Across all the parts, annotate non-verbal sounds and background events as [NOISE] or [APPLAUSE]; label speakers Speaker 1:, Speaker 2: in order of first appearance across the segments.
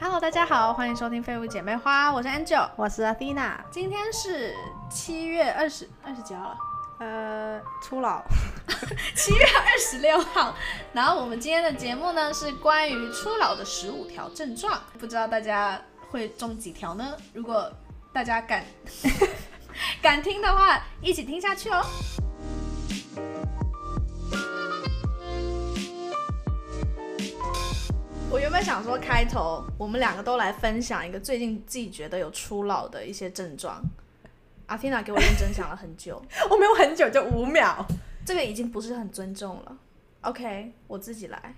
Speaker 1: Hello，大家好，欢迎收听《废物姐妹花》，我是 Angel，
Speaker 2: 我是 Athena，
Speaker 1: 今天是七月二十二十几号了，
Speaker 2: 呃，初老， [LAUGHS]
Speaker 1: 七月二十六号。然后我们今天的节目呢是关于初老的十五条症状，不知道大家会中几条呢？如果大家敢 [LAUGHS] 敢听的话，一起听下去哦。我原本想说开头我们两个都来分享一个最近自己觉得有初老的一些症状。阿天娜给我认真想了很久，
Speaker 2: 我没有很久，就五秒，
Speaker 1: 这个已经不是很尊重了。OK，我自己来。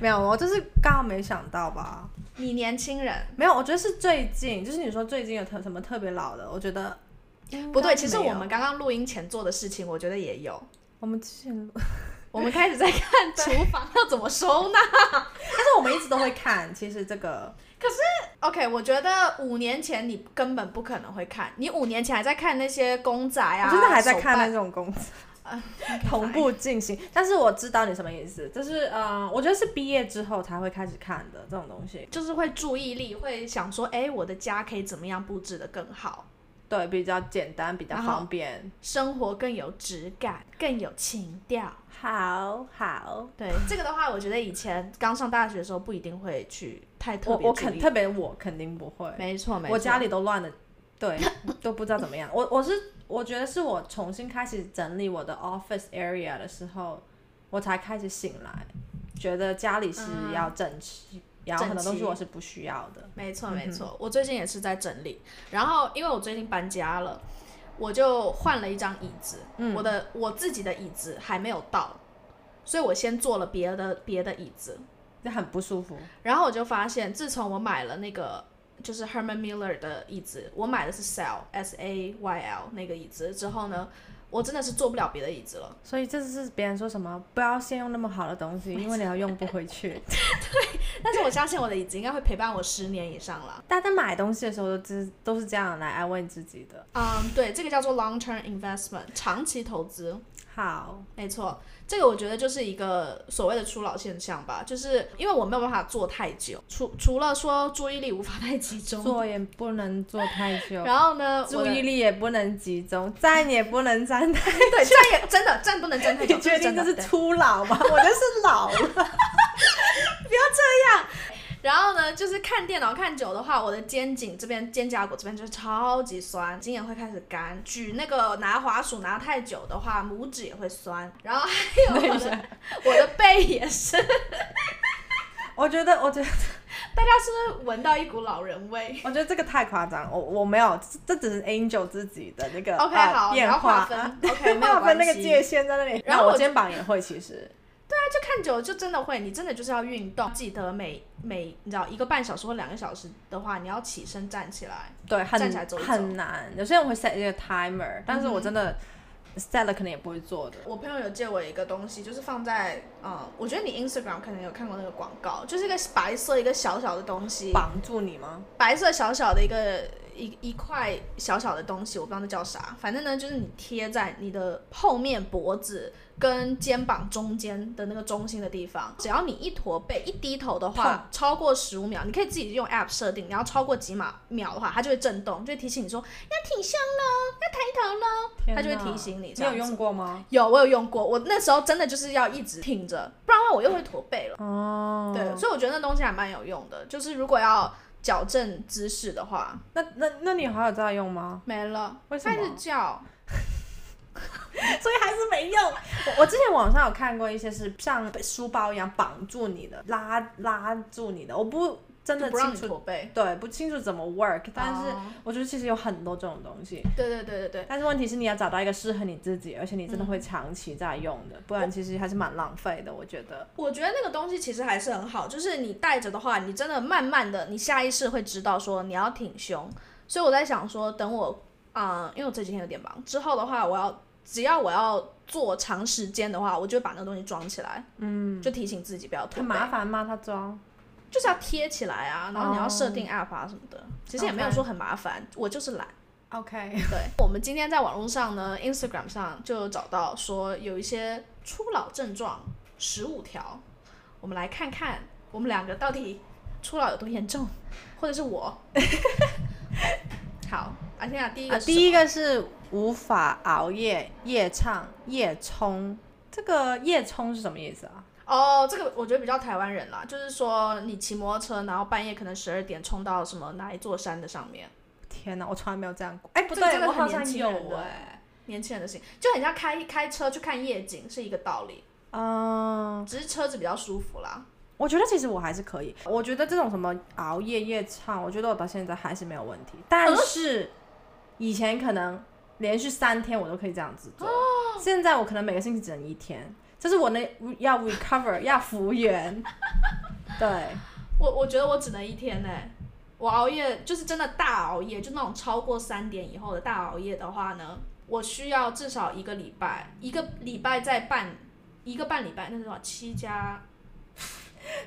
Speaker 2: 没有，我就是刚好没想到吧，
Speaker 1: 你年轻人
Speaker 2: 没有，我觉得是最近，就是你说最近有特什么特别老的，我觉得
Speaker 1: 不对，其实
Speaker 2: 应该没
Speaker 1: 我
Speaker 2: 有
Speaker 1: 们刚刚录音前做的事情，我觉得也有。
Speaker 2: 我们之前，
Speaker 1: 我们开始在
Speaker 2: [LAUGHS]
Speaker 1: 看厨房要怎么收纳。
Speaker 2: 但是我们一直都会看， [LAUGHS] 其实这个
Speaker 1: OK，我觉得五年前你根本不可能会看，你五年前还在看那些公仔啊，
Speaker 2: 我真的还在看那
Speaker 1: 手
Speaker 2: 种公司
Speaker 1: 办
Speaker 2: 同。步进 [LAUGHS] 行，但是我知道你什么意思，就是呃，我觉得是毕业之后才会开始看的这种东西，
Speaker 1: 就是会注意力，会想说，哎，我的家可以怎么样布置的更好，
Speaker 2: 对，比较简单，比较
Speaker 1: 然后
Speaker 2: 方便，
Speaker 1: 生活更有质感，更有情调。
Speaker 2: 好好。
Speaker 1: 对这个的话，我觉得以前刚上大学的时候不一定会去太特
Speaker 2: 我
Speaker 1: 别
Speaker 2: 我
Speaker 1: 注
Speaker 2: 肯
Speaker 1: 意。
Speaker 2: 特别我肯定不会，
Speaker 1: 没错，没错。
Speaker 2: 我家里都乱的，对， [LAUGHS] 都不知道怎么样。我我是我觉得是我重新开始整理我的 office area 的时候，我才开始醒来，觉得家里是要整齐，然后很多
Speaker 1: 整
Speaker 2: 东
Speaker 1: 齐
Speaker 2: 西我是不需要的。
Speaker 1: 没错没错，我最近也是在整理，然后因为我最近搬家了，我就换了一张椅子，
Speaker 2: 嗯
Speaker 1: 我的我自己的椅子还没有到，所以我先做了别的别的椅子，
Speaker 2: 就很不舒服，
Speaker 1: 然后我就发现，自从我买了那个就是 Herman Miller 的椅子，我买的是 Sail S A Y L 那个椅子之后呢，我真的是坐不了别的椅子了。
Speaker 2: 所以这是别人说什么不要先用那么好的东西，因为你要用不回去。 [LAUGHS]
Speaker 1: 但是我相信我的椅子应该会陪伴我十年以上了。
Speaker 2: 大家买东西的时候都知都是这样来安慰自己的。
Speaker 1: 嗯，对，这个叫做 long term investment 长期投资。
Speaker 2: 好，
Speaker 1: 没错，这个我觉得就是一个所谓的初老现象吧，就是因为我没有办法坐太久，除除了说注意力无法太集中，
Speaker 2: [LAUGHS] 坐也不能坐太久，
Speaker 1: 然后呢，我
Speaker 2: 注
Speaker 1: 的
Speaker 2: 意力也不能集中， [LAUGHS] 站也不能站太
Speaker 1: 对站也真的站不能站
Speaker 2: [LAUGHS]
Speaker 1: 太久，
Speaker 2: 你确定
Speaker 1: 这
Speaker 2: 这
Speaker 1: 是
Speaker 2: 是
Speaker 1: 真的对
Speaker 2: 初老 [LAUGHS] 吗？我就是老了。
Speaker 1: 然后呢，就是看电脑看久的话，我的肩颈这边肩胛骨这边就超级酸，筋也会开始干。举那个拿滑鼠拿太久的话，拇指也会酸。然后还有
Speaker 2: [LAUGHS]
Speaker 1: 我的我的背也是，
Speaker 2: 我觉得，我觉得，
Speaker 1: 大家是不是闻到一股老人味？
Speaker 2: [LAUGHS] 我觉得这个太夸张，我我没有，这这只是 Angel 自己的那个
Speaker 1: OK，
Speaker 2: 呃
Speaker 1: 好你
Speaker 2: 变
Speaker 1: 要划
Speaker 2: 化 [LAUGHS]
Speaker 1: 分
Speaker 2: 啊
Speaker 1: OK，没有
Speaker 2: 划分
Speaker 1: 关
Speaker 2: 那个
Speaker 1: 系
Speaker 2: 界限在那里。
Speaker 1: 然后
Speaker 2: 那
Speaker 1: 我
Speaker 2: 我肩膀也会，其实
Speaker 1: 就看久了就真的会，你真的就是要运动。记得每每你知道一个半小时或两个小时的话，你要起身站起来。
Speaker 2: 对，很
Speaker 1: 站起来走一嗯走
Speaker 2: 很难。有些人会 set 一个 timer，但是我真的 set 了，可能也不会做的。
Speaker 1: 我朋友有借我一个东西，就是放在嗯，我觉得你 Instagram 可能有看过那个广告，就是一个白色一个小小的东西，
Speaker 2: 绑住你吗？
Speaker 1: 白色小小的一个一一块小小的东西，我不知道那叫啥，反正呢就是你贴在你的后面脖子跟肩膀中间的那个中心的地方，只要你一驼背一低头的
Speaker 2: 痛
Speaker 1: 话，超过十五秒，你可以自己用 app 设定，然后超过几秒秒的话，它就会震动，就会提醒你说要挺胸喽，要抬头喽。
Speaker 2: 天
Speaker 1: 它就会
Speaker 2: 哪
Speaker 1: 提醒你这
Speaker 2: 你有
Speaker 1: 样
Speaker 2: 用过吗？
Speaker 1: 有，我有用过，我那时候真的就是要一直挺着，不然的话我又会驼背了。
Speaker 2: 哦，
Speaker 1: 对，所以我觉得那东西还蛮有用的，就是如果要矫正姿势的话，
Speaker 2: 那那那你还有在用吗？
Speaker 1: 没了，
Speaker 2: 为什么
Speaker 1: 开始叫，
Speaker 2: 所以还是没用。我我之前网上有看过一些是像书包一样绑住你的，拉拉住你的，我不真
Speaker 1: 就
Speaker 2: 的
Speaker 1: 不让
Speaker 2: 清
Speaker 1: 你
Speaker 2: 楚，
Speaker 1: 驼背。
Speaker 2: 对，不清楚怎么 work，但是
Speaker 1: 哦
Speaker 2: 我觉得其实有很多这种东西。
Speaker 1: 对对对对对，
Speaker 2: 但是问题是你要找到一个适合你自己，而且你真的会长期在用的，不然其实还是蛮浪费的。我觉得
Speaker 1: 我觉得那个东西其实还是很好，就是你带着的话，你真的慢慢的，你下意识会知道说你要挺胸。所以我在想说，等我，啊，因为我这几天有点忙，之后的话，我要只要我要做长时间的话，我就会把那个东西装起来，嗯，就提醒自己不要驼
Speaker 2: 很
Speaker 1: 背。
Speaker 2: 麻烦吗？它装
Speaker 1: 就是要贴起来啊，然后你要
Speaker 2: 哦
Speaker 1: 设定 app 啊什么的，其实也没有
Speaker 2: OK
Speaker 1: 说很麻烦，我就是懒。
Speaker 2: ？OK，
Speaker 1: 对，我们今天在网络上呢，Instagram 上就找到说有一些初老症状十五条，我们来看看我们两个到底初老有多严重，或者是我。 [LAUGHS] 好，阿天啊，第一
Speaker 2: 啊，
Speaker 1: 个是什么、
Speaker 2: 第一个是无法熬夜、夜唱、夜冲。这个夜冲是什么意思啊？
Speaker 1: 哦，这个我觉得比较台湾人啦，就是说你骑摩托车，然后半夜可能十二点冲到什么哪一座山的上面，
Speaker 2: 天哪，我从来没有这样过。哎、不
Speaker 1: 这个
Speaker 2: 对，
Speaker 1: 真的
Speaker 2: 我
Speaker 1: 很
Speaker 2: 好
Speaker 1: 年
Speaker 2: 像
Speaker 1: 轻
Speaker 2: 有
Speaker 1: 人的
Speaker 2: 哎、
Speaker 1: 年轻人的心就很像开开车去看夜景是一个道理，
Speaker 2: 嗯，
Speaker 1: 只是车子比较舒服啦。
Speaker 2: 我觉得其实我还是可以。我觉得这种什么熬夜夜唱，我觉得我到现在还是没有问题。但
Speaker 1: 哦
Speaker 2: 是以前可能连续三天我都可以这样子
Speaker 1: 哦
Speaker 2: 做，现在我可能每个星期只能一天，这是我能要 recover 要复原。对，
Speaker 1: 我我觉得我只能一天呢、我熬夜就是真的大熬夜，就那种超过三点以后的大熬夜的话呢，我需要至少一个礼拜，一个礼拜再半一个半礼拜，那是多少？七加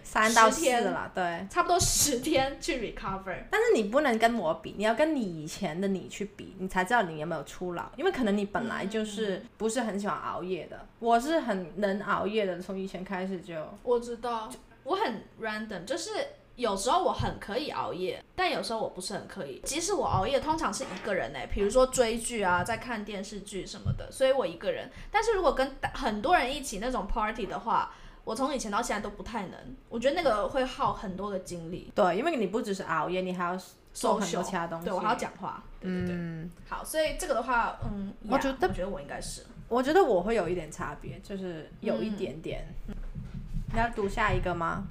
Speaker 2: 三到
Speaker 1: 十
Speaker 2: 四
Speaker 1: 天
Speaker 2: 啦，对。
Speaker 1: 差不多十天去 recover。
Speaker 2: 但是你不能跟我比，你要跟你以前的你去比，你才知道你有没有初老。因为可能你本来就是
Speaker 1: 嗯
Speaker 2: 不是很喜欢熬夜的，我是很能熬夜的，从以前开始就。
Speaker 1: 我知道，我很 random，就是有时候我很可以熬夜，但有时候我不是很可以。即使我熬夜，通常是一个人哎、比如说追剧啊，在看电视剧什么的，所以我一个人。但是如果跟大很多人一起那种 party 的话，我从以前到现在都不太能，我觉得那个会耗很多的精力。
Speaker 2: 对，因为你不只是熬夜，你还要做很多其他东西。
Speaker 1: 对我还要讲话，对对对，
Speaker 2: 嗯，
Speaker 1: 好，所以这个的话，嗯，
Speaker 2: 我
Speaker 1: 呀
Speaker 2: 觉得
Speaker 1: 我觉得我应该是， [LAUGHS]
Speaker 2: 我觉得我会有一点差别，就是有一点点。你要读下一个吗？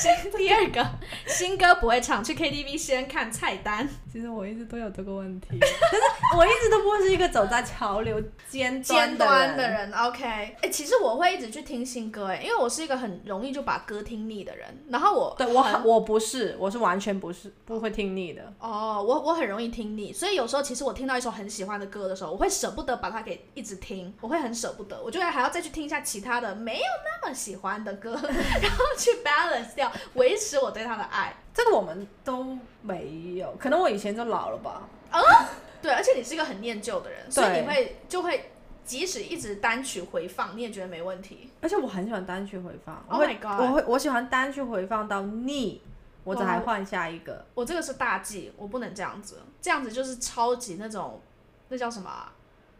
Speaker 1: 新第二个新歌不会唱，去 KTV 先看菜单，
Speaker 2: 其实我一直都有这个问题，但是 [LAUGHS] 我一直都不是一个走在潮流尖
Speaker 1: 尖
Speaker 2: 的
Speaker 1: 端的人，OK，哎、其实我会一直去听新歌，哎，因为我是一个很容易就把歌听腻的人，然后我
Speaker 2: 对我很，我不是，我是完全不是不会听腻的。
Speaker 1: 哦，我我很容易听腻，所以有时候其实我听到一首很喜欢的歌的时候，我会舍不得把它给一直听，我会很舍不得，我就会还要再去听一下其他的没有那么喜欢的歌， [LAUGHS] 然后去 balance 掉，维持我对它的爱。
Speaker 2: 这个我们都没有，可能我以前就老了吧。
Speaker 1: 对，而且你是一个很念旧的人，所以
Speaker 2: 对
Speaker 1: 你会就会即使一直单曲回放，你也觉得没问题。
Speaker 2: 而且我很喜欢单曲回放，我
Speaker 1: Oh
Speaker 2: 会
Speaker 1: my god
Speaker 2: 我会我喜欢单曲回放到腻，我
Speaker 1: 哇
Speaker 2: 才换下一个。
Speaker 1: 我这个是大忌，我不能这样子，这样子就是超级那种，那叫什么啊、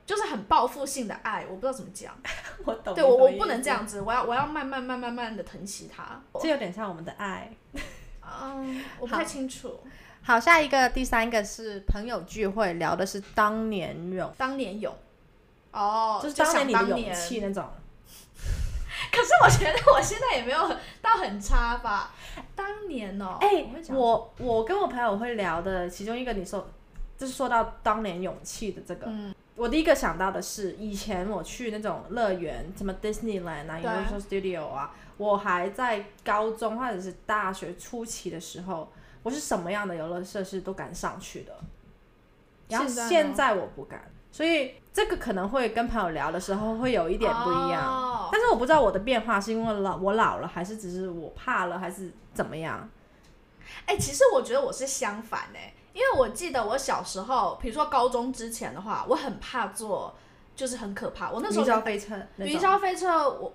Speaker 1: 就是很报复性的爱，我不知道怎么讲。
Speaker 2: [LAUGHS] 我懂
Speaker 1: 对我，我不能这。样子，我要我要慢慢慢慢慢慢的疼惜它。
Speaker 2: 这有点像我们的爱。
Speaker 1: 嗯，我不太清楚，
Speaker 2: 好，下一个第三个是朋友聚会，聊的是当年勇，
Speaker 1: 当年勇，哦，
Speaker 2: 就是
Speaker 1: 想
Speaker 2: 年
Speaker 1: 当
Speaker 2: 你的勇气那种。
Speaker 1: 可是我觉得我现在也没有到很差吧。当年哦，
Speaker 2: 哎、
Speaker 1: 我会讲
Speaker 2: 我我跟我朋友会聊的其中一个，你说就是说到当年勇气的这个，
Speaker 1: 嗯
Speaker 2: 我第一个想到的是以前我去那种乐园，什么 Disneyland 啊、
Speaker 1: 对
Speaker 2: Universal Studio 啊，我还在高中或者是大学初期的时候，我是什么样的游乐设施都敢上去的。然后
Speaker 1: 现在呢
Speaker 2: 现在我不敢，所以这个可能会跟朋友聊的时候会有一点不一样。
Speaker 1: 哦
Speaker 2: 但是我不知道我的变化是因为老我老了，还是只是我怕了，还是怎么样？
Speaker 1: 哎、其实我觉得我是相反哎、因为我记得我小时候，比如说高中之前的话，我很怕坐，就是很可怕。我那时候
Speaker 2: 云霄飞车那
Speaker 1: 云
Speaker 2: 种，
Speaker 1: 霄飞车我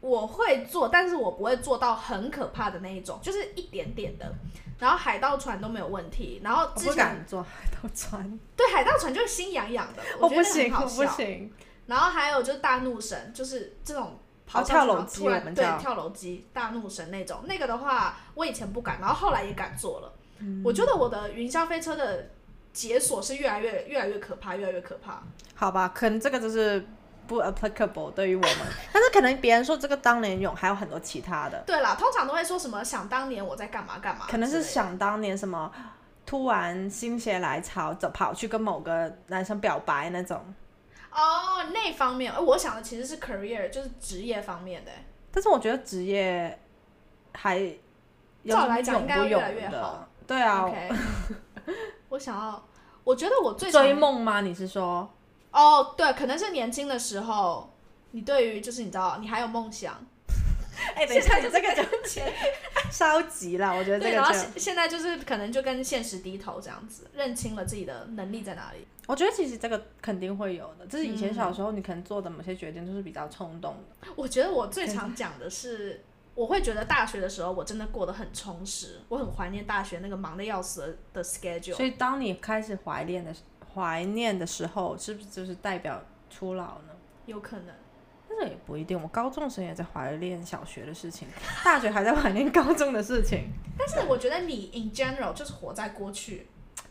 Speaker 1: 我会坐，但是我不会坐到很可怕的那一种，就是一点点的。然后海盗船都没有问题，然后
Speaker 2: 我
Speaker 1: 之
Speaker 2: 不
Speaker 1: 前
Speaker 2: 敢 [LAUGHS] 坐海盗船，
Speaker 1: 对海盗船就是心痒痒的，
Speaker 2: 我
Speaker 1: 觉得
Speaker 2: 不
Speaker 1: 那个很
Speaker 2: 行，我
Speaker 1: 好
Speaker 2: 不
Speaker 1: 笑。
Speaker 2: 行。
Speaker 1: 然后还有就是大怒神，就是这种跑上
Speaker 2: 哦
Speaker 1: 去
Speaker 2: 跳楼
Speaker 1: 然后
Speaker 2: 机
Speaker 1: 突然
Speaker 2: 我们
Speaker 1: 对
Speaker 2: 叫
Speaker 1: 跳楼机、大怒神那种，那个的话我以前不敢，然后后来也敢做了。
Speaker 2: 嗯
Speaker 1: 我觉得我的云霄飞车的解锁是越来越越来越可怕，越来越可怕。
Speaker 2: 好吧，可能这个就是不 applicable 对
Speaker 1: [LAUGHS]
Speaker 2: 于我们，但是可能别人说这个当年勇还有很多其他的，
Speaker 1: 对啦，通常都会说什么想当年我在干嘛干嘛，
Speaker 2: 可能是。想当年什么。突然心血来潮，走跑去跟某个男生表白那种，
Speaker 1: 哦，那方面，呃我想的其实是 career，就是职业方面的。
Speaker 2: 但是我觉得职业还有
Speaker 1: 照来讲
Speaker 2: 勇
Speaker 1: 应该
Speaker 2: 不
Speaker 1: 要越
Speaker 2: 勇
Speaker 1: 来越
Speaker 2: 的
Speaker 1: 好，
Speaker 2: 对啊 [LAUGHS]
Speaker 1: OK，我想要，我觉得我最
Speaker 2: 追
Speaker 1: 常
Speaker 2: 梦吗？你是
Speaker 1: [LAUGHS]
Speaker 2: 说？
Speaker 1: 哦，对，可能是年轻的时候，你对于就是你知道，你还有梦想。 [LAUGHS]
Speaker 2: 哎、等一下，你这个就
Speaker 1: 跟钱
Speaker 2: [LAUGHS] 烧急了，我觉得这
Speaker 1: [LAUGHS] 对，
Speaker 2: 个
Speaker 1: 然后
Speaker 2: 就
Speaker 1: 现现在就是可能就跟现实低头这样子，认清了自己的能力在哪里。
Speaker 2: 我觉得其实这个肯定会有的，就是以前小时候你可能做的某些决定就是比较冲动的。
Speaker 1: 我觉得我最常讲的是，我会觉得大学的时候我真的过得很充实，我很怀念大学那个忙得要死的的 schedule。
Speaker 2: 所以当你开始怀念的时怀念的时候，是不是就是代表初老呢？
Speaker 1: 有可能，
Speaker 2: 但是也不一定，我高中生也在怀念小学的事情，大学还在怀念高中的事情。
Speaker 1: 但是我觉得你 in general 就是活在过去，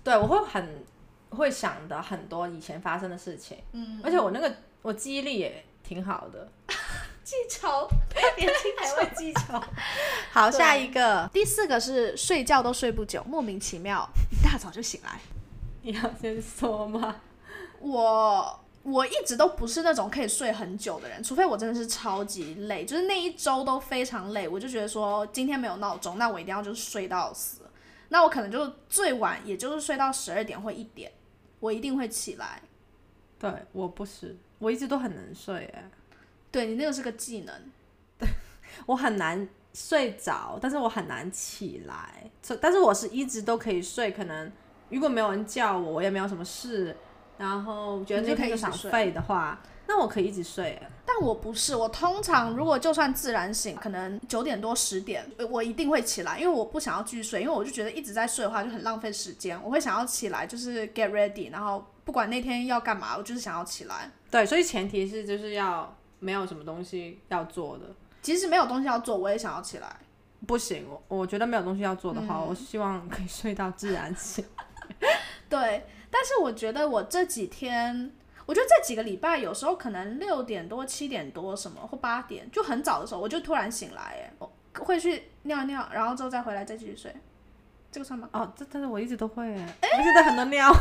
Speaker 2: 对，我会很会想的很多以前发生的事情，
Speaker 1: 嗯，
Speaker 2: 而且我那个我记忆力也挺好的，
Speaker 1: 技巧。
Speaker 2: 年轻还会技巧。 [LAUGHS] 好，下一个，
Speaker 1: 第四个是睡觉都睡不久，莫名其妙一大早就醒来。
Speaker 2: [LAUGHS] 你要先说吗？
Speaker 1: 我我一直都不是那种可以睡很久的人，除非我真的是超级累，就是那一周都非常累，我就觉得说今天没有闹钟，那我一定要就是睡到死。那我可能就最晚也就是睡到十二点或一点，我一定会起来。
Speaker 2: 对我不是，我一直都很能睡哎。
Speaker 1: 对你那个是个技能，
Speaker 2: 我很难睡着，但是我很难起来。所但是我是一直都可以睡，可能如果没有人叫我，我也没有什么事，然后觉得
Speaker 1: 你就
Speaker 2: 那
Speaker 1: 可以一
Speaker 2: 天就
Speaker 1: 直
Speaker 2: 想
Speaker 1: 睡
Speaker 2: 废的话，那我可以一直睡。
Speaker 1: 但我不是，我通常如果就算自然醒，可能九点多十点，呃我一定会起来，因为我不想要继续睡，因为我就觉得一直在睡的话就很浪费时间，我会想要起来就是 get ready，然后不管那天要干嘛，我就是想要起来。
Speaker 2: 对，所以前提是就是要没有什么东西要做的，
Speaker 1: 即使没有东西要做，我也想要起来。
Speaker 2: 不行，我我觉得没有东西要做的话，我希望可以睡到自然醒。
Speaker 1: 对，但是我觉得我这几天，我觉得这几个礼拜有时候可能六点多、七点多什么或八点，就很早的时候，我就突然醒来，哎，我会去尿尿，然后之后再回来再继续睡，这个算吗？
Speaker 2: 哦，这但是我一直都会哎，我现在很多尿，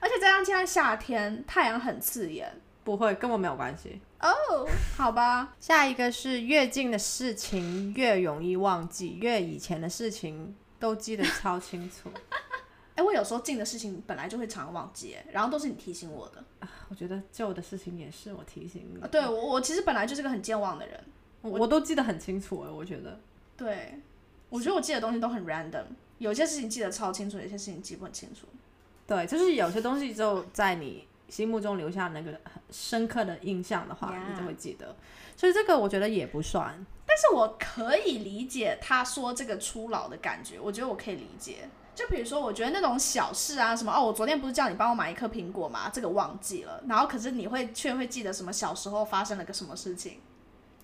Speaker 1: 而且再加上现在夏天，太阳很刺眼。
Speaker 2: 不会跟我没有关系。
Speaker 1: 哦，好吧，
Speaker 2: 下一个是越近的事情越容易忘记，越以前的事情都记得超清楚。 [LAUGHS]
Speaker 1: 哎，我有时候近的事情本来就会常忘记，哎然后都是你提醒我的。
Speaker 2: 我觉得旧的事情也是我提醒你，
Speaker 1: 啊对我，我其实本来就是个很健忘的人。
Speaker 2: 我我都记得很清楚哎，我觉得
Speaker 1: 对，我觉得我记的东西都很 random，有些事情记得超清楚，有些事情记不很清楚。
Speaker 2: 对，就是有些东西就在你心目中留下那个很深刻的印象的话
Speaker 1: Yeah
Speaker 2: 你就会记得。所以这个我觉得也不算，
Speaker 1: 但是我可以理解他说这个初老的感觉，我觉得我可以理解。就比如说，我觉得那种小事啊，什么哦，我昨天不是叫你帮我买一颗苹果吗？这个忘记了，然后可是你会却会记得什么小时候发生了个什么事情，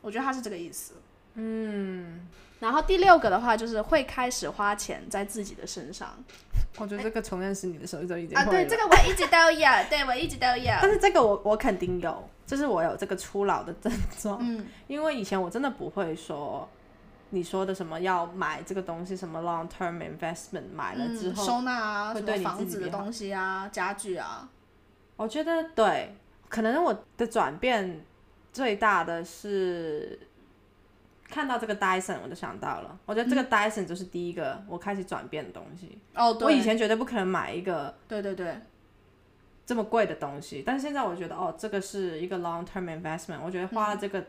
Speaker 1: 我觉得他是这个意思。嗯，然后第六个的话就是会开始花钱在自己的身上
Speaker 2: 我觉得这个从认识你的时候就已经
Speaker 1: 啊，
Speaker 2: 会
Speaker 1: 对，
Speaker 2: 了
Speaker 1: 这个我一直都有，对我一直都有，
Speaker 2: 但是这个我我肯定有，就是我有这个初老的症状，
Speaker 1: 嗯，
Speaker 2: 因为以前我真的不会说你说的什么要买这个东西，什么 long term investment 买了之
Speaker 1: 嗯
Speaker 2: 后，
Speaker 1: 收纳啊，
Speaker 2: 会
Speaker 1: 什
Speaker 2: 对
Speaker 1: 么
Speaker 2: 你
Speaker 1: 房
Speaker 2: 自己
Speaker 1: 子的
Speaker 2: 比较
Speaker 1: 东西啊，家具啊，
Speaker 2: 我觉得对，可能我的转变最大的是看到这个 Dyson，我就想到了，我觉得这个 Dyson 就是第一个我开始转变的东西。
Speaker 1: 嗯哦，对，
Speaker 2: 我以前绝对不可能买一个
Speaker 1: 对对对，
Speaker 2: 这么贵的东西，但是现在我觉得哦，这个是一个 long term investment，我觉得花了这个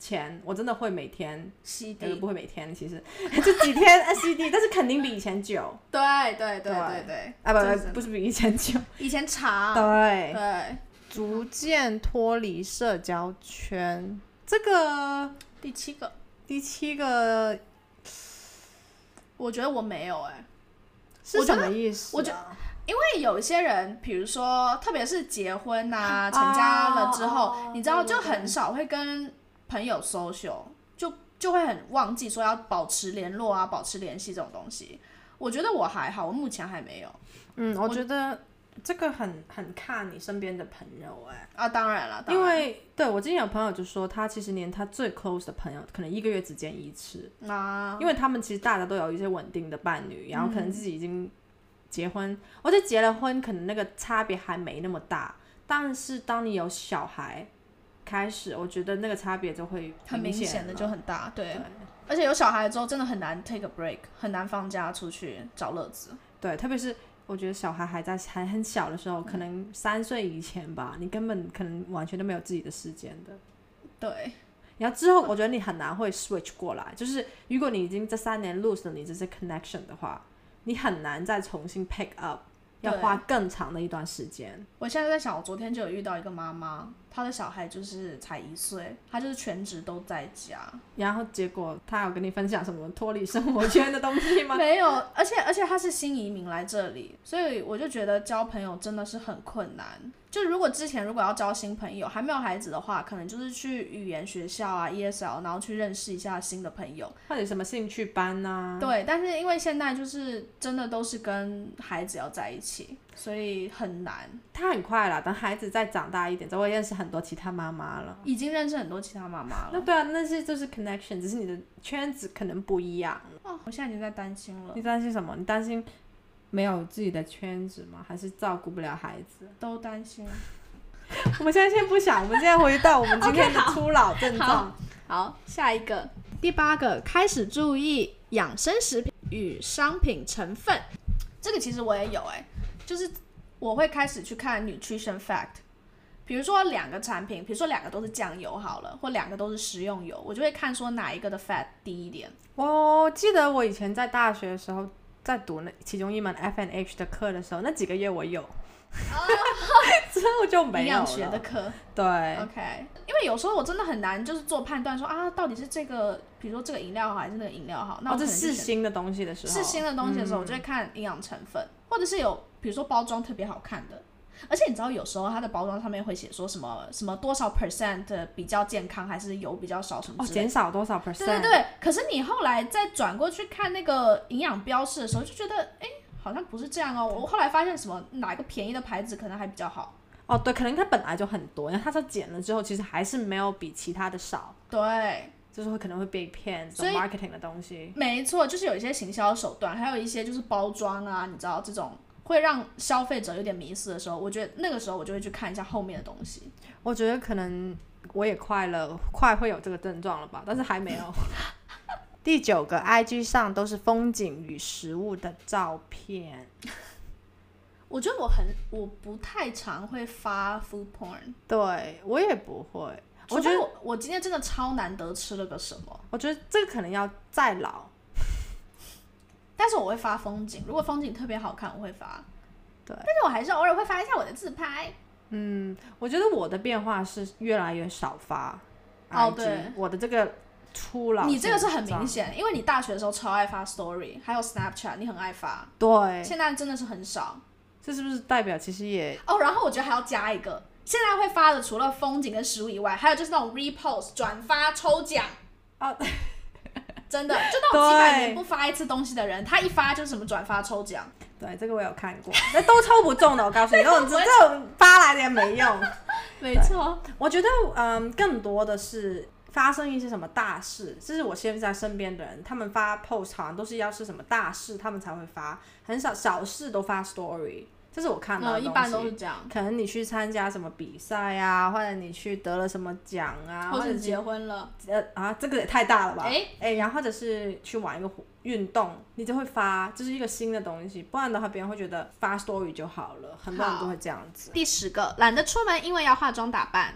Speaker 2: 钱，我真的会每天，
Speaker 1: 吸
Speaker 2: 也
Speaker 1: 地
Speaker 2: 不会每天，其实就几天 [LAUGHS] SCD，但是肯定比以前久
Speaker 1: 对对对
Speaker 2: 对
Speaker 1: 对对，
Speaker 2: 啊，不
Speaker 1: 真
Speaker 2: 不
Speaker 1: 的
Speaker 2: 不是比以前久，
Speaker 1: 以前茶，
Speaker 2: 对
Speaker 1: 对，
Speaker 2: 逐渐脱离社交圈。这个
Speaker 1: 第七个，
Speaker 2: 第七个
Speaker 1: 我觉得我没有哎、
Speaker 2: 是
Speaker 1: 我觉
Speaker 2: 什
Speaker 1: 得
Speaker 2: 么意思、啊？
Speaker 1: 我觉因为有一些人，比如说特别是结婚啊、成家了之后，
Speaker 2: 哦
Speaker 1: 你知道
Speaker 2: 对对
Speaker 1: 就
Speaker 2: 对
Speaker 1: 很少会跟朋友 social，就就会很忘记说要保持联络啊、保持联系这种东西。我觉得我还好，我目前还没有
Speaker 2: 嗯，我觉得这个很很看你身边的朋友哎、
Speaker 1: 啊，当然了，当
Speaker 2: 因
Speaker 1: 然
Speaker 2: 为对我之前有朋友就说，他其实连他最 close 的朋友，可能一个月只见一次，
Speaker 1: 啊，
Speaker 2: 因为他们其实大家都有一些稳定的伴侣，然后可能
Speaker 1: 嗯
Speaker 2: 自己已经结婚，或者结了婚，可能那个差别还没那么大，但是当你有小孩开始，我觉得那个差别就会
Speaker 1: 很明显的
Speaker 2: 了
Speaker 1: 就很大，对
Speaker 2: 对。
Speaker 1: 而且有小孩之后，真的很难 take a break，很难放假出去找乐子。
Speaker 2: 对，特别是我觉得小孩还在还很小的时候，
Speaker 1: 嗯
Speaker 2: 可能三岁以前吧，你根本可能完全都没有自己的时间的。
Speaker 1: 对，
Speaker 2: 然后之后，我觉得你很难会 switch 过来，就是如果你已经这三年 lose 了你这些 connection 的话，你很难再重新 pick up 要
Speaker 1: 对
Speaker 2: 花更长的一段时间。
Speaker 1: 我现在在想，我昨天就有遇到一个妈妈，她的小孩就是才一岁，她就是全职都在家，
Speaker 2: 然后结果他有跟你分享什么脱离生活圈的东西
Speaker 1: [LAUGHS]
Speaker 2: 吗？
Speaker 1: 没有，而且而且她是新移民来这里，所以我就觉得交朋友真的是很困难。就如果之前如果要交新朋友，还没有孩子的话，可能就是去语言学校啊 ESL，然后去认识一下新的朋友。
Speaker 2: 或者什么兴趣班啊呐、
Speaker 1: 对，但是因为现在就是真的都是跟孩子要在一起，所以很难。
Speaker 2: 他很快啦，等孩子再长大一点，就会认识很多其他妈妈了。
Speaker 1: 已经认识很多其他妈妈
Speaker 2: 那
Speaker 1: 了。
Speaker 2: 对啊，那些就是 connection，只是你的圈子可能不一样。
Speaker 1: 哦，我现在已经在担心了
Speaker 2: 你，担心什么？你担心没有自己的圈子吗？还是照顾不了孩子？
Speaker 1: 都担心。
Speaker 2: [LAUGHS] 我们现在先不想，我们现在回到我们今天
Speaker 1: [LAUGHS] OK，
Speaker 2: 的
Speaker 1: 好
Speaker 2: 初老症状
Speaker 1: 好。好，下一个第八个，开始注意养生食品与商品成分。这个其实我也有哎、就是我会开始去看 nutrition fact。比如说两个产品，比如说两个都是酱油好了，或两个都是食用油，我就会看说哪一个的 fat 低一点。
Speaker 2: 我记得我以前在大学的时候，在读那其中一门 F N H 的课的时候，那几个月我有， [LAUGHS] 之后就
Speaker 1: 哦营
Speaker 2: 没有
Speaker 1: 养学的
Speaker 2: 了。
Speaker 1: 课哎哦
Speaker 2: 对，
Speaker 1: ，OK。因为有时候我真的很难就是做判断说啊，到底是这个，比如说这个饮料好还是那个饮料好，那
Speaker 2: 哦，
Speaker 1: 我可
Speaker 2: 这
Speaker 1: 能就选
Speaker 2: 是新的东西的时候，嗯
Speaker 1: 是新的东西的时候，我就会看营养成分，或者是有比如说包装特别好看的。而且你知道，有时候它的包装上面会写说什么什么多少 percent 的比较健康，还是油比较少什么
Speaker 2: 哦，
Speaker 1: 之类的。
Speaker 2: 减少多少 percent？
Speaker 1: 对对对。可是你后来再转过去看那个营养标示的时候，就觉得哎，好像不是这样哦。我后来发现什么哪个便宜的牌子可能还比较好。
Speaker 2: 哦，对，可能它本来就很多，然后它说减了之后，其实还是没有比其他的少，
Speaker 1: 对，
Speaker 2: 就是会可能会被骗这
Speaker 1: 所以
Speaker 2: 种 marketing 的东西。
Speaker 1: 没错，就是有一些行销手段，还有一些就是包装啊，你知道这种会让消费者有点迷失的时候，我觉得那个时候我就会去看一下后面的东西。
Speaker 2: 我觉得可能我也快了，快会有这个症状了吧，但是还没有。 [LAUGHS] 第九个，IG 上都是风景与食物的照片，
Speaker 1: 我觉得我很我不太常会发 food porn，
Speaker 2: 对我也不会。
Speaker 1: 除
Speaker 2: 我觉
Speaker 1: 非
Speaker 2: 得，
Speaker 1: 我我今天真的超难得吃了个什么，
Speaker 2: 我觉得这个可能要再老，
Speaker 1: 但是我会发风景，如果风景特别好看，我会发。
Speaker 2: 对
Speaker 1: 但是我还是偶尔会发一下我的自拍。
Speaker 2: 嗯，我觉得我的变化是越来越少发 IG，
Speaker 1: 哦对
Speaker 2: 我的这个初老，
Speaker 1: 你这个是很明，显，因为你大学的时候超爱发 story，还有 Snapchat，你很爱发，
Speaker 2: 对，
Speaker 1: 现在真的是很少。
Speaker 2: 这是不是代表其实也
Speaker 1: 哦，然后我觉得还要加一个，现在会发的除了风景跟食物以外，还有就是那种 repost 转发抽奖。
Speaker 2: 哦，
Speaker 1: 真的，就那种几百
Speaker 2: [LAUGHS] 对
Speaker 1: 年不发一次东西的人，他一发就是什么转发抽奖。
Speaker 2: [LAUGHS] 对这个我有看 [LAUGHS] 过，那都抽不中的，我告 [LAUGHS] 诉你，这种
Speaker 1: 我也
Speaker 2: 这种发来的也没用。
Speaker 1: 没错，
Speaker 2: 我觉得嗯，更多的是发生一些什么大事，这是我现在身边的人，他们发 post 好像都是要是什么大事，他们才会发，很少小事都发 story，这是我看到的、
Speaker 1: 嗯，一般都是。这样，
Speaker 2: 可能你去参加什么比赛啊，或者你去得了什么奖啊，
Speaker 1: 或
Speaker 2: 或
Speaker 1: 者
Speaker 2: 者
Speaker 1: 结婚了，
Speaker 2: 呃啊，这个也太大了吧？
Speaker 1: 哎
Speaker 2: 哎、然后或者是去玩一个活运动，你就会发，这是一个新的东西，不然的话别人会觉得发 story 就好了，很多人
Speaker 1: 好
Speaker 2: 都会这样子，
Speaker 1: 第十个，懒得出门，因为要化妆打扮。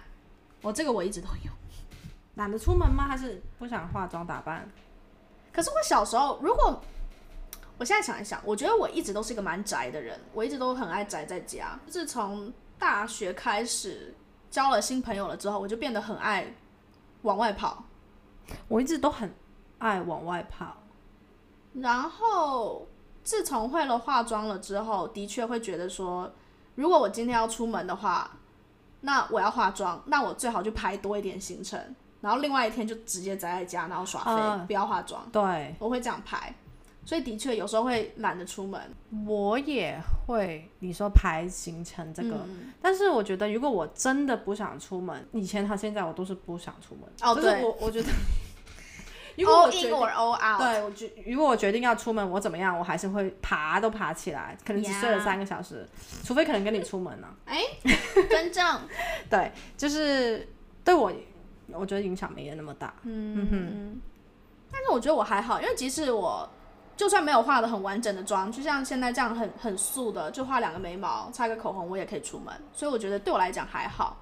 Speaker 1: 我这个我一直都有。
Speaker 2: 懒得出门吗？还是不想化妆打扮？
Speaker 1: 可是我小时候，如果我现在想一想，我觉得我一直都是一个蛮宅的人，我一直都很爱宅在家。自从大学开始交了新朋友了之后，我就变得很爱往外跑。
Speaker 2: 我一直都很爱往外跑，
Speaker 1: 然后自从会了化妆了之后，的确会觉得说，如果我今天要出门的话，那我要化妆，那我最好就排多一点行程，然后另外一天就直接宅在家，然后耍废，
Speaker 2: 啊
Speaker 1: 不要化妆。
Speaker 2: 对
Speaker 1: 我会这样排，所以的确有时候会懒得出门。
Speaker 2: 我也会。你说排行程这个，
Speaker 1: 嗯
Speaker 2: 但是我觉得如果我真的不想出门，以前和现在我都是不想出门，
Speaker 1: 哦
Speaker 2: 就是
Speaker 1: 对
Speaker 2: 我我觉
Speaker 1: [LAUGHS]
Speaker 2: 得。如果我
Speaker 1: all
Speaker 2: 决
Speaker 1: in
Speaker 2: 定
Speaker 1: or all out，
Speaker 2: 对，我决如果我决定要出门，我怎么样，我还是会爬都爬起来，可能只睡了
Speaker 1: Yeah
Speaker 2: 三个小时除非可能跟你
Speaker 1: [LAUGHS]
Speaker 2: 出门呢、啊
Speaker 1: 真正， [LAUGHS]
Speaker 2: 对，就是对我，我觉得影响没那么大。
Speaker 1: 嗯哼。但是我觉得我还好，因为即使我就算没有化的很完整的妆，就像现在这样很很素的，就画两个眉毛，擦个口红，我也可以出门。所以我觉得对我来讲还好，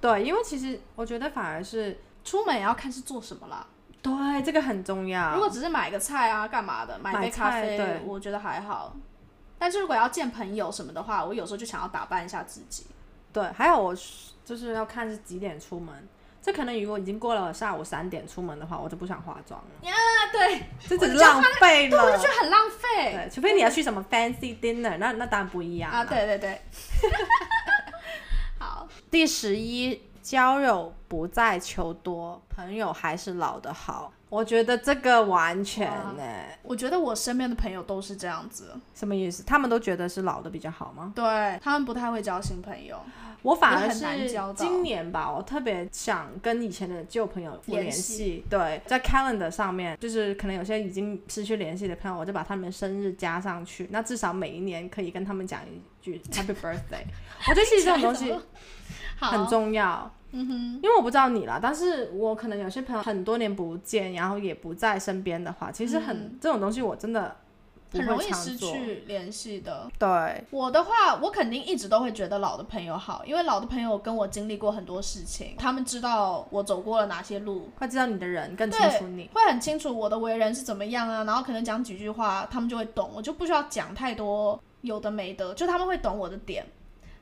Speaker 2: 对，因为其实我觉得反而是
Speaker 1: 出门也要看是做什么啦。
Speaker 2: 对这个很重要。
Speaker 1: 啊如果只是买个菜啊，干嘛的，买
Speaker 2: 买
Speaker 1: 杯咖
Speaker 2: 菜
Speaker 1: 啡
Speaker 2: 对，
Speaker 1: 我觉得还好。但是如果要见朋友什么的话，我有时候就想要打扮一下自己。
Speaker 2: 对，还有我是就是要看是几点出门。这可能如果已经过了下午三点出门的话，我就不想化妆了，
Speaker 1: 啊，对，
Speaker 2: 这只是浪费
Speaker 1: 对，我就
Speaker 2: 了
Speaker 1: 觉。得很浪费。
Speaker 2: 呃对，除非你要去什么 fancy dinner，那那当然不一样
Speaker 1: 啊，
Speaker 2: 啦。
Speaker 1: 对对对。好，
Speaker 2: 第十一，交友不再求多，朋友还是老的好。我觉得这个完全
Speaker 1: 哇
Speaker 2: 呢、
Speaker 1: 我觉得我身边的朋友都是这样子，
Speaker 2: 什么意思？他们都觉得是老的比较好吗？
Speaker 1: 对他们不太会交新朋友。
Speaker 2: 我反
Speaker 1: 也
Speaker 2: 而
Speaker 1: 很
Speaker 2: 是
Speaker 1: 难交到
Speaker 2: 今年吧，我特别想跟以前的旧朋友复联
Speaker 1: 联
Speaker 2: 系。对，在 calendar 上面，就是可能有些已经失去联系的朋友，我就把他们生日加上去，那至少每一年可以跟他们讲一
Speaker 1: [LAUGHS]
Speaker 2: 句 Happy Birthday。我觉得其实这种东西
Speaker 1: 好，
Speaker 2: 很重要。
Speaker 1: 嗯哼，
Speaker 2: 因为我不知道你啦，但是我可能有些朋友很多年不见，然后也不在身边的话，其实很、这种东西我真的
Speaker 1: 嗯
Speaker 2: 不
Speaker 1: 很容
Speaker 2: 会
Speaker 1: 易
Speaker 2: 常
Speaker 1: 失
Speaker 2: 做。
Speaker 1: 去联系的。
Speaker 2: 对，
Speaker 1: 我的话，我肯定一直都会觉得老的朋友好，因为老的朋友跟我经历过很多事情，他们知道我走过了哪些路，
Speaker 2: 会知道你的人更清
Speaker 1: 对
Speaker 2: 楚你。
Speaker 1: 会很清楚我的为人是怎么样啊，然后可能讲几句话，他们就会懂，我就不需要讲太多有的没的，就他们会懂我的点。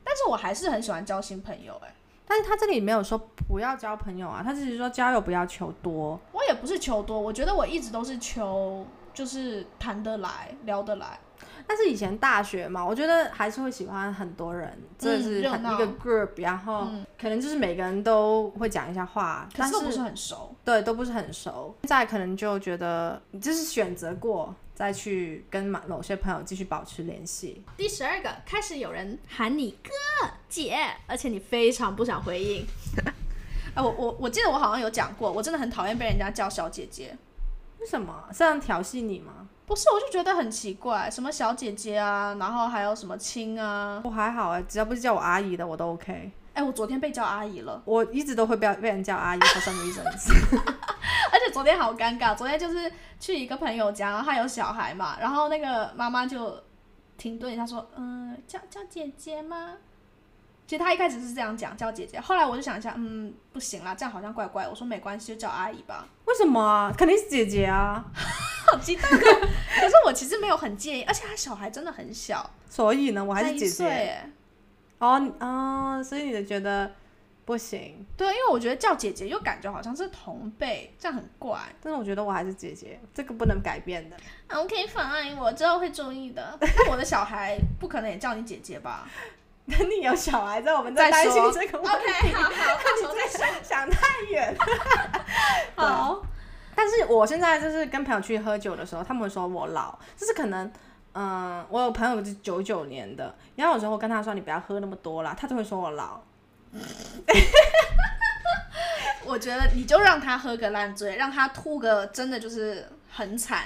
Speaker 1: 但是我还是很喜欢交新朋友、欸，
Speaker 2: 但是他这里没有说不要交朋友啊，他只是说交友不要求多。
Speaker 1: 我也不是求多，我觉得我一直都是求就是谈得来、聊得来，
Speaker 2: 但是以前大学嘛，我觉得还是会喜欢很多人，这是
Speaker 1: 嗯热
Speaker 2: 很
Speaker 1: 闹嗯
Speaker 2: 一个 group，然后可能就是每个人都会讲一下话，
Speaker 1: 可
Speaker 2: 但
Speaker 1: 是
Speaker 2: 是
Speaker 1: 都不是很熟。
Speaker 2: 对都不是很熟。现在可能就觉得你就是选择过再去跟某某些朋友继续保持联系。
Speaker 1: 第十二个，开始有人喊你哥姐，而且你非常不想回 [LAUGHS] 应。哎、我我我记得我好像有讲过，我真的很讨厌被人家叫小姐姐。
Speaker 2: 为什么是这样调戏你吗？
Speaker 1: 不是，我就觉得很奇怪，什么小姐姐啊，然后还有什么亲啊。
Speaker 2: 我还好哎、只要不是叫我阿姨的我都 OK。
Speaker 1: 哎、我昨天被叫阿姨了，
Speaker 2: 我一直都会被被人叫阿姨 for some reasons。
Speaker 1: 而且昨天好尴尬。昨天就是去一个朋友家，然后他有小孩嘛，然后那个妈妈就停顿一下说：“嗯，叫叫姐姐吗？”其实他一开始是这样讲，叫姐姐。后来我就想一下，嗯，不行啦，这样好像怪怪。我说没关系，就叫阿姨吧。 [LAUGHS]
Speaker 2: 为什么啊？肯定是姐姐啊。
Speaker 1: 好激动、哦！ [LAUGHS] 可是我其实没有很介意，而且他小孩真的很小，
Speaker 2: 所以呢，我还
Speaker 1: 才
Speaker 2: 是
Speaker 1: 一
Speaker 2: 姐
Speaker 1: 岁
Speaker 2: 姐。
Speaker 1: 耶。
Speaker 2: 哦你哦，所以你就觉得不行，
Speaker 1: 对，因为我觉得叫姐姐又感觉好像是同辈，这样很怪。
Speaker 2: 但是我觉得我还是姐姐，这个不能改变的。 [LAUGHS]
Speaker 1: 啊 OK fine，我之后会注意的。那我的小孩不可能也叫你姐姐吧
Speaker 2: 等你有小孩在，我们再
Speaker 1: 再
Speaker 2: 担心
Speaker 1: 说
Speaker 2: 这个问题。
Speaker 1: ？OK，好好，到时候再说。
Speaker 2: [LAUGHS] 想太远。
Speaker 1: 好，
Speaker 2: 但是我现在就是跟朋友去喝酒的时候，他们会说我老，就是可能。嗯，我有朋友是九九年的，然后有时候我跟他说你不要喝那么多啦，他就会说我老。
Speaker 1: 我觉得你就让他喝个烂醉，让他吐个真的就是很惨，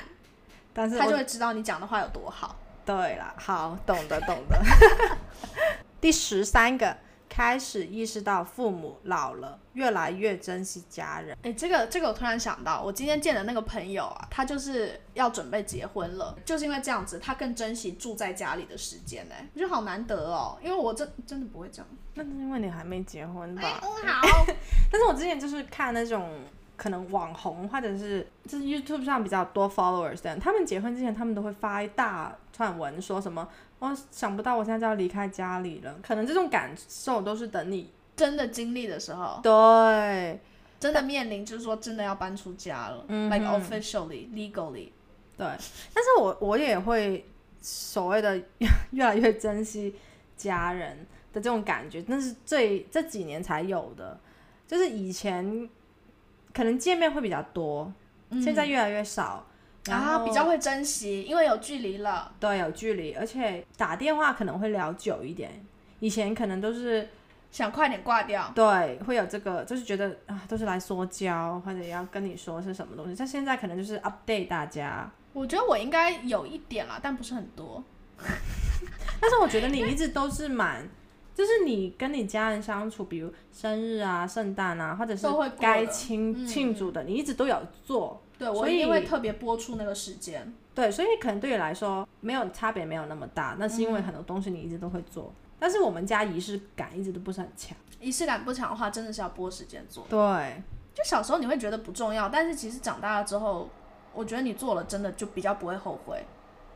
Speaker 2: 但是
Speaker 1: 他
Speaker 2: 我
Speaker 1: 就会知道你讲的话有多好。
Speaker 2: 对啦，好，懂得懂得。 [LAUGHS] 第十三个，开始意识到父母老了，越来越珍惜家人。
Speaker 1: 哎，这个这个我突然想到，我今天见的那个朋友啊，他就是要准备结婚了，就是因为这样子，他更珍惜住在家里的时间呢、我觉得好难得哦，因为我真真的不会这样。
Speaker 2: 那是因为你还没结婚
Speaker 1: 哎
Speaker 2: 吧？
Speaker 1: 嗯，好，
Speaker 2: 但是我之前就是看那种可能网红或者是就是 YouTube 上比较多 followers 的人，他们结婚之前他们都会发一大串文，说什么哦，想不到我现在就要离开家里了。可能这种感受都是等你
Speaker 1: [LAUGHS] 真的经历的时候，
Speaker 2: 对
Speaker 1: 真的面临就是说真的要搬出家了、
Speaker 2: 嗯
Speaker 1: l i k e officially legally。
Speaker 2: 对，但是我我也会所谓的 [LAUGHS] 越来越珍惜家人的这种感觉，那是最这几年才有的，就是以前可能见面会比较多，现在越来越少，
Speaker 1: 嗯
Speaker 2: 然
Speaker 1: 啊，
Speaker 2: 后
Speaker 1: 比较会珍惜，因为有距离了。
Speaker 2: 对有距离，而且打电话可能会聊久一点，以前可能都是
Speaker 1: 想快点挂掉，
Speaker 2: 对会有这个，就是觉得啊都是来说教或者要跟你说是什么东西，但现在可能就是 update 大家，
Speaker 1: 我觉得我应该有一点啦，但不是很多。
Speaker 2: 但是我觉得你一直都是蛮，就是你跟你家人相处，比如生日啊、圣诞啊，或者是
Speaker 1: 都会过的
Speaker 2: 该
Speaker 1: 嗯
Speaker 2: 庆庆祝的，你一直都有做。
Speaker 1: 对我
Speaker 2: 所
Speaker 1: 一定会
Speaker 2: 以
Speaker 1: 特别播出那个时间。
Speaker 2: 对，所以可能对你来说没有差别，没有那么大。那是因为很多东西你一直都会做，
Speaker 1: 嗯
Speaker 2: 但是我们家仪式感一直都不是很强。
Speaker 1: 仪式感不强的话，真的是要拨时间做。
Speaker 2: 对，
Speaker 1: 就小时候你会觉得不重要，但是其实长大了之后，我觉得你做了真的就比较不会后悔。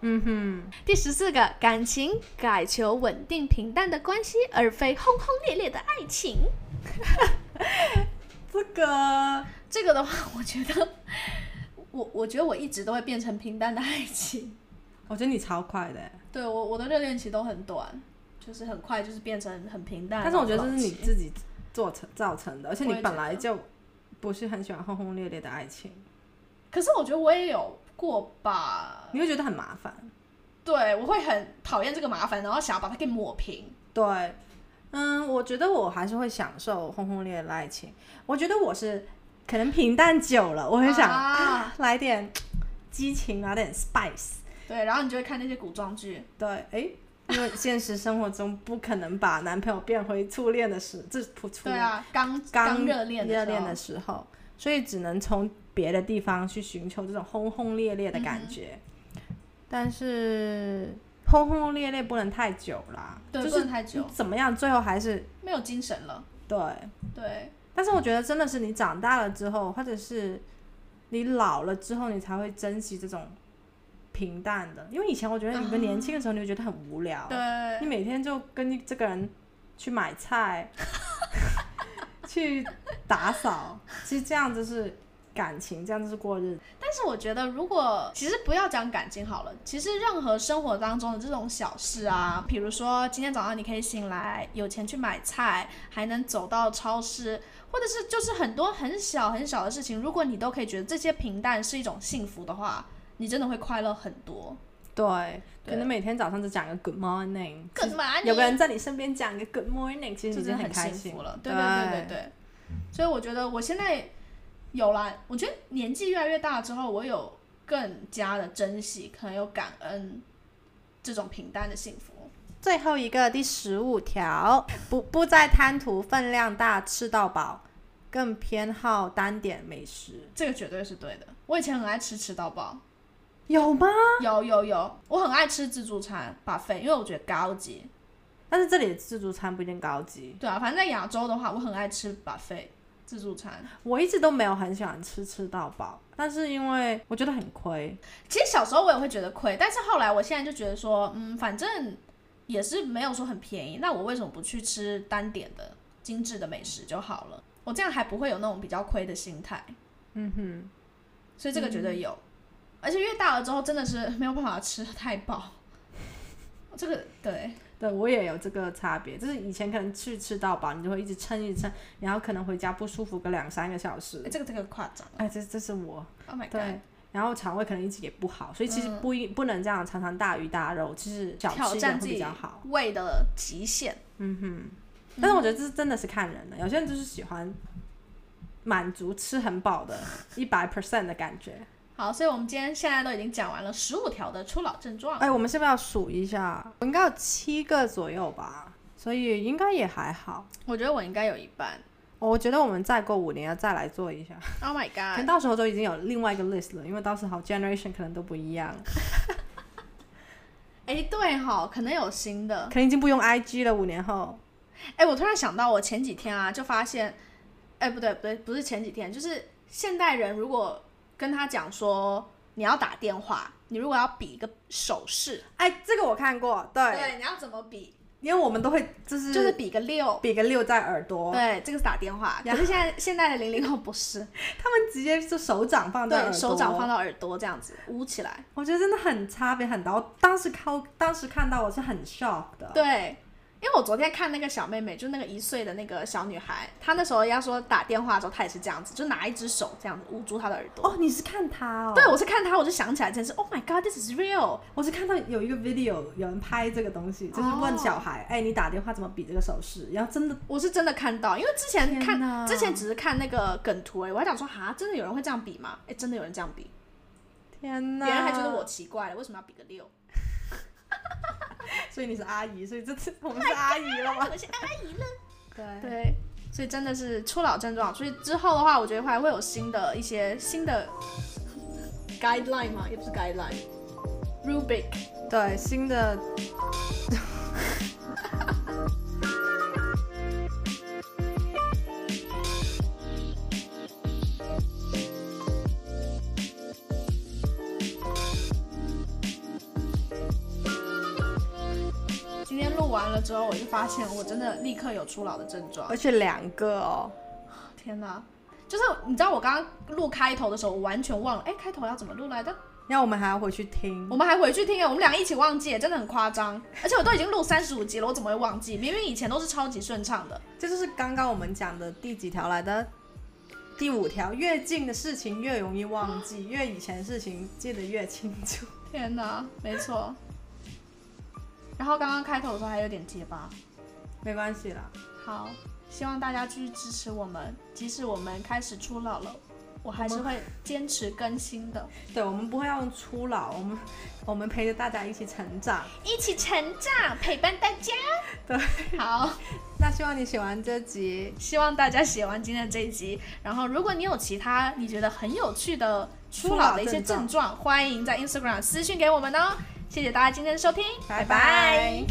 Speaker 2: 嗯
Speaker 1: 第十四个，感情改求稳定平淡的关系，而非轰轰烈烈的爱情。
Speaker 2: 哼，这个
Speaker 1: 这个的话，我觉得， [LAUGHS] 我我觉得我一直都会变成平淡的爱情。 [LAUGHS]
Speaker 2: 我觉得你超快的欸，
Speaker 1: 对我我的热恋期都很短，就是很快就是变成很平淡。
Speaker 2: 但是我觉得这是你
Speaker 1: 然后
Speaker 2: 自己做成造成的，而且
Speaker 1: 我
Speaker 2: 你
Speaker 1: 也
Speaker 2: 本
Speaker 1: 觉
Speaker 2: 来
Speaker 1: 得
Speaker 2: 就不是很喜欢轰轰烈烈的爱情，
Speaker 1: 可是我觉得我也有过吧，
Speaker 2: 你会觉得很麻烦。
Speaker 1: 对我会很讨厌这个麻烦，然后想要把它给抹平。
Speaker 2: 对，嗯，我觉得我还是会享受轰轰烈烈的爱情。我觉得我是可能平淡久了，我会想、
Speaker 1: 啊
Speaker 2: [LAUGHS] 来点激情，来点 spice。
Speaker 1: 对，然后你就会看那些古装剧，
Speaker 2: 对，诶，因为现实生活中不可能把男朋友变回初恋的时，这不初
Speaker 1: 对
Speaker 2: 恋，
Speaker 1: 啊，刚
Speaker 2: 刚
Speaker 1: 热恋的时
Speaker 2: 热
Speaker 1: 候
Speaker 2: 恋的时候，所以只能从别的地方去寻求这种轰轰烈烈的
Speaker 1: 嗯
Speaker 2: 感觉。但是轰轰烈烈不能太久啦，
Speaker 1: 对，
Speaker 2: 就
Speaker 1: 不
Speaker 2: 是
Speaker 1: 能太久，
Speaker 2: 怎么样，最后还是
Speaker 1: 没有精神了。
Speaker 2: 对。
Speaker 1: 对，
Speaker 2: 但是我觉得真的是你长大了之后，或者是你老了之后，你才会珍惜这种平淡的。因为以前我觉得你们年轻的时候，你会觉得很无聊，你
Speaker 1: 对，
Speaker 2: 每天就跟你这个人去买菜， [LAUGHS] 去打扫，其实这样子是感情，这样子是过日子。
Speaker 1: 但是我觉得，如果其实不要讲感情好了，其实任何生活当中的这种小事啊，比如说今天早上你可以醒来，有钱去买菜，还能走到超市，或者是就是很多很小很小的事情，如果你都可以觉得这些平淡是一种幸福的话，你真的会快乐很多。
Speaker 2: 对，
Speaker 1: 对
Speaker 2: 可能每天早上就讲个 Good morning，
Speaker 1: 干嘛你？
Speaker 2: 有个人在你身边讲个 Good morning，其
Speaker 1: 就
Speaker 2: 实你
Speaker 1: 真的
Speaker 2: 已经
Speaker 1: 很
Speaker 2: 开
Speaker 1: 幸
Speaker 2: 心
Speaker 1: 福了。对对对对对。所以我觉得我现在有啦，我觉得年纪越来越大之后，我有更加的珍惜，可能有感恩这种平淡的幸福。
Speaker 2: 最后一个第十五条，不不再贪图分量大吃到饱，更偏好单点美食，
Speaker 1: 这个绝对是对的。我以前很爱吃吃到饱，
Speaker 2: 有吗？
Speaker 1: 有有有，我很爱吃自助餐 buffet，因为我觉得高级。
Speaker 2: 但是这里的自助餐不一定高级，
Speaker 1: 对啊，反正在亚洲的话，我很爱吃 buffet 自助餐。
Speaker 2: 我一直都没有很喜欢吃吃到饱，但是因为我觉得很亏，
Speaker 1: 其实小时候我也会觉得亏，但是后来我现在就觉得说，嗯，反正也是没有说很便宜，那我为什么不去吃单点的精致的美食就好了？我这样还不会有那种比较亏的心态，
Speaker 2: 嗯哼，
Speaker 1: 所以这个绝对有。而且越大了之后，真的是没有办法吃得太饱。这个对
Speaker 2: 对我也有这个差别，就是以前可能去吃到饱，你就会一直撑一直撑，然后可能回家不舒服个两三个小时
Speaker 1: 诶，这个这个夸张
Speaker 2: 哎，这这是我，
Speaker 1: ，Oh my
Speaker 2: 对嗯
Speaker 1: god！。
Speaker 2: 然后肠胃可能一直也不好，所以其实不一、不能这样常常大鱼大肉，其实小
Speaker 1: 挑
Speaker 2: 吃一点
Speaker 1: 战
Speaker 2: 会
Speaker 1: 自
Speaker 2: 比
Speaker 1: 己
Speaker 2: 较好。
Speaker 1: 胃的极限，
Speaker 2: 但是我觉得这是真的是看人的，有些人就是喜欢满足吃很饱的一百 percent 的感觉。
Speaker 1: 好，所以我们今天现在都已经讲完了十五条的初老症状。
Speaker 2: 哎，我们是不是要数一下？我应该有七个左右吧，所以应该也还好。哦
Speaker 1: 我觉得我应该有一半。
Speaker 2: 我觉得我们再过五年要再来做一下，
Speaker 1: Oh my [LAUGHS]
Speaker 2: 可
Speaker 1: god！
Speaker 2: 能到时候都已经有另外一个 list 了，因为到时候 generation 可能都不一样，
Speaker 1: 哎，对哈、可能有新的
Speaker 2: 可。能已经不用 IG 了。五年后，
Speaker 1: 哎，我突然想到，我前几天啊，就发现，哎，不对不对，不是前几天，就是现代人如果跟他讲说你要打电话，你如果要比一个手势，
Speaker 2: 哎，这个我看过，对，
Speaker 1: 对，你要怎么比？
Speaker 2: 因为我们都会就是哦
Speaker 1: 就是比个六。
Speaker 2: 比个六在耳朵，
Speaker 1: 对，这个是打电话。可是现在现在的零零后不是，
Speaker 2: 他们直接就手掌放在耳
Speaker 1: 对
Speaker 2: 朵，
Speaker 1: 手掌放到耳朵这样子捂起来。
Speaker 2: 我觉得真的很差别很大。我当时看，当时看到我是很 shock 的。，
Speaker 1: 对，因为我昨天看那个小妹妹，就那个一岁的那个小女孩，她那时候要说打电话的时候，她也是这样子，就拿一只手这样子捂住她的耳朵。
Speaker 2: 哦，你是看他哦？
Speaker 1: 对，，我是看他，我就想起来这件事。Oh my god, this is real。
Speaker 2: 我是看到有一个 video 有人拍这个东西，就是问小孩，哎、你打电话怎么比这个手势？然后真的，
Speaker 1: 我是真的看到，因为之前
Speaker 2: 天哪
Speaker 1: 看之前只是看那个梗图而已，我还想说哈，真的有人会这样比吗？哎，真的有人这样比，
Speaker 2: 天哪！
Speaker 1: 别人还觉得我，奇怪了，为什么要比个六？
Speaker 2: 所以你是阿姨，所以这次我们是阿姨了吗？
Speaker 1: 我是
Speaker 2: 阿姨了。对，
Speaker 1: 对，所以真的是初老症状。所以之后的话，我觉得还会有新的一些新的 guideline 嘛，也不是 guideline，rubric。
Speaker 2: 对，新的
Speaker 1: 完了之后，我就发现我真的立刻有初老的症状
Speaker 2: 而。且两个哦，
Speaker 1: 天哪！就是你知道我刚刚录开头的时候，我完全忘了，哎，开头要怎么录来着？
Speaker 2: 那我们还要回去听
Speaker 1: 我。们还回去听啊，我们两个一起忘记，真的很夸 [LAUGHS] 张。而且我都已经录三十五集了，我怎么会忘记？明明以前都是超级顺畅的。
Speaker 2: 这就是刚刚我们讲的第几条来的？第五条，越近的事情越容易忘记，越以前的事情记得越清楚。
Speaker 1: 天哪，没错。 [LAUGHS] 然后刚刚开头的时候还有点结巴。
Speaker 2: 没关系啦，
Speaker 1: 好，希望大家继续支持我们，即使我们开始初老了，我还是会坚持更新的，
Speaker 2: 对我们不会用初老，我们我们陪着大家一起成长。
Speaker 1: 一起成长，陪伴大家。 [LAUGHS] 对，好，
Speaker 2: 那希望你喜欢这集，
Speaker 1: 希望大家喜欢今天的这一集。然后，如果你有其他你觉得很有趣的初老的一些
Speaker 2: 初老症
Speaker 1: 症状，欢迎在 Instagram 私讯给我们哦。谢谢大家今天的收听，
Speaker 2: 拜拜